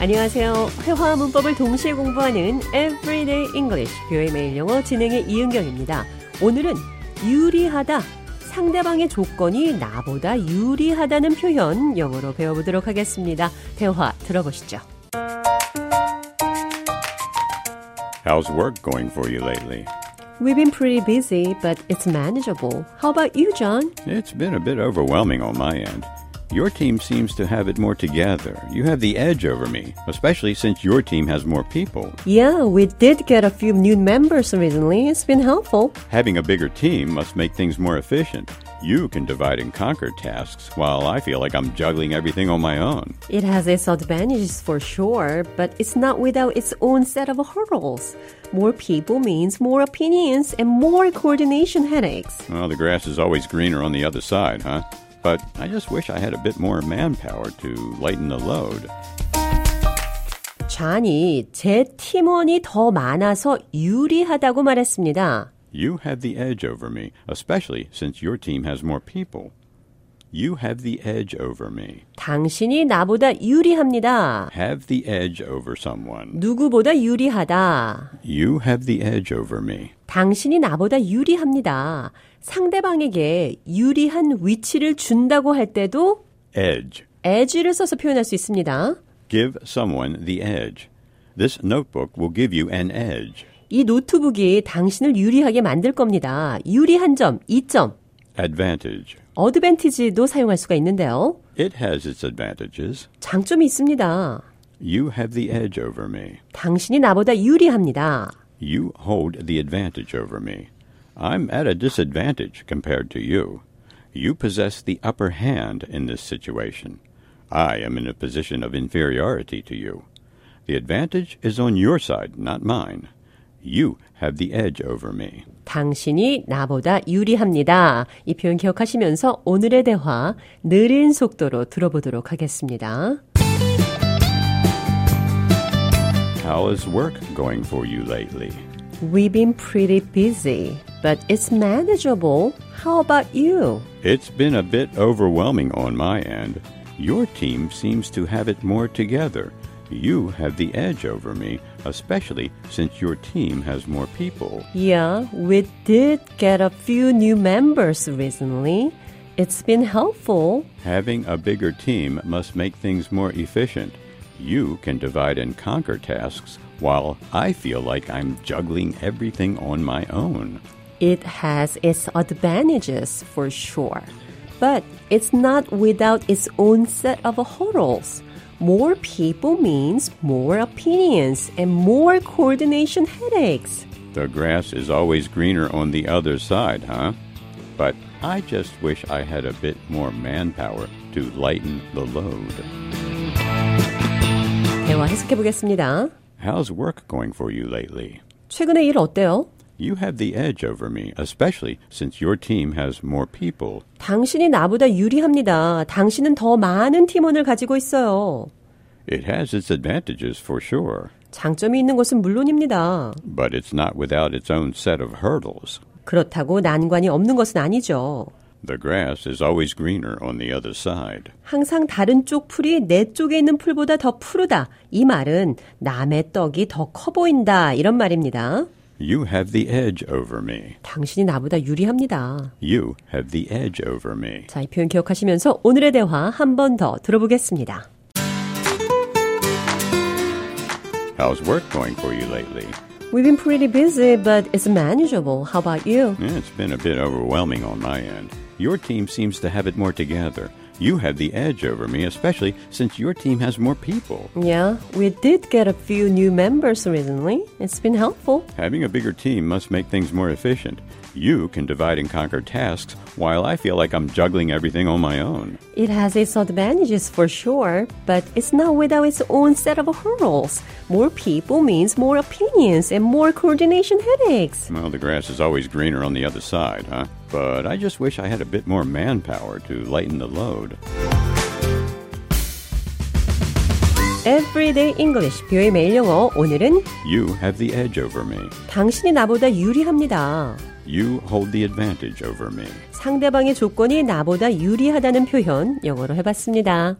안녕하세요. 회화와 문법을 동시에 공부하는 Everyday English 뷰의 매일 영어 진행의 이은경입니다. 오늘은 유리하다, 상대방의 조건이 나보다 유리하다는 표현 영어로 배워보도록 하겠습니다. 대화 들어보시죠. How's work going for you lately? We've been pretty busy, but it's manageable. How about you, John? It's been a bit overwhelming on my end. Your team seems to have it more together. You have the edge over me, especially since your team has more people. Yeah, we did get a few new members recently. It's been helpful. Having a bigger team must make things more efficient. You can divide and conquer tasks, while I feel like I'm juggling everything on my own. It has its advantages for sure, but it's not without its own set of hurdles. More people means more opinions and more coordination headaches. Well, the grass is always greener on the other side, huh? But I just wish I had a bit more manpower to lighten the load. 잔이 제 팀원이 더 많아서 유리하다고 말했습니다. You have the edge over me, especially since your team has more people. You have the edge over me. 당신이 나보다 유리합니다. Have the edge over someone. 누구보다 유리하다. You have the edge over me. 당신이 나보다 유리합니다. 상대방에게 유리한 위치를 준다고 할 때도 Edge. edge를 써서 표현할 수 있습니다. Give someone the edge. This notebook will give you an edge. 이 노트북이 당신을 유리하게 만들 겁니다. 유리한 점, 이점, Advantage. 어드밴티지도 사용할 수가 있는데요. It has its advantages. 장점이 있습니다. You have the edge over me. 당신이 나보다 유리합니다. You hold the advantage over me. I'm at a disadvantage compared to you. You possess the upper hand in this situation. I am in a position of inferiority to you. The advantage is on your side, not mine. You have the edge over me. 당신이 나보다 유리합니다. 이 표현 기억하시면서 오늘의 대화 느린 속도로 들어보도록 하겠습니다. How is work going for you lately? We've been pretty busy, but it's manageable. How about you? It's been a bit overwhelming on my end. Your team seems to have it more together. You have the edge over me, especially since your team has more people. Yeah, we did get a few new members recently. It's been helpful. Having a bigger team must make things more efficient. You can divide and conquer tasks, while I feel like I'm juggling everything on my own. It has its advantages for sure, but it's not without its own set of hurdles. More people means more opinions and more coordination headaches. The grass is always greener on the other side, huh? But I just wish I had a bit more manpower to lighten the load. 대화 해석해 보겠습니다. How's work going for you lately? 최근의 일 어때요? You have the edge over me, especially since your team has more people. 당신이 나보다 유리합니다. 당신은 더 많은 팀원을 가지고 있어요. It has its advantages for sure, 장점이 있는 것은 물론입니다. but it's not without its own set of hurdles. 그렇다고 난관이 없는 것은 아니죠. The grass is always greener on the other side. 항상 다른 쪽 풀이 내 쪽에 있는 풀보다 더 푸르다. 이 말은 남의 떡이 더 커 보인다. 이런 말입니다. You have the edge over me. 당신이 나보다 유리합니다. You have the edge over me. 자, 이 표현 기억하시면서 오늘의 대화 한 번 더 들어보겠습니다. How's work going for you lately? We've been pretty busy, but it's manageable. How about you? Yeah, Eh, It's been a bit overwhelming on my end. Your team seems to have it more together. You have the edge over me, especially since your team has more people. Yeah, we did get a few new members recently. It's been helpful. Having a bigger team must make things more efficient. You can divide and conquer tasks, while I feel like I'm juggling everything on my own. It has its advantages for sure, but it's not without its own set of hurdles. More people means more opinions and more coordination headaches. Well, the grass is always greener on the other side, huh? But I just wish I had a bit more manpower to lighten the load. Everyday English, 뷰의 매일 영어. 오늘은 You have the edge over me. 당신이 나보다 유리합니다. You hold the advantage over me. 상대방의 조건이 나보다 유리하다는 표현 영어로 해봤습니다.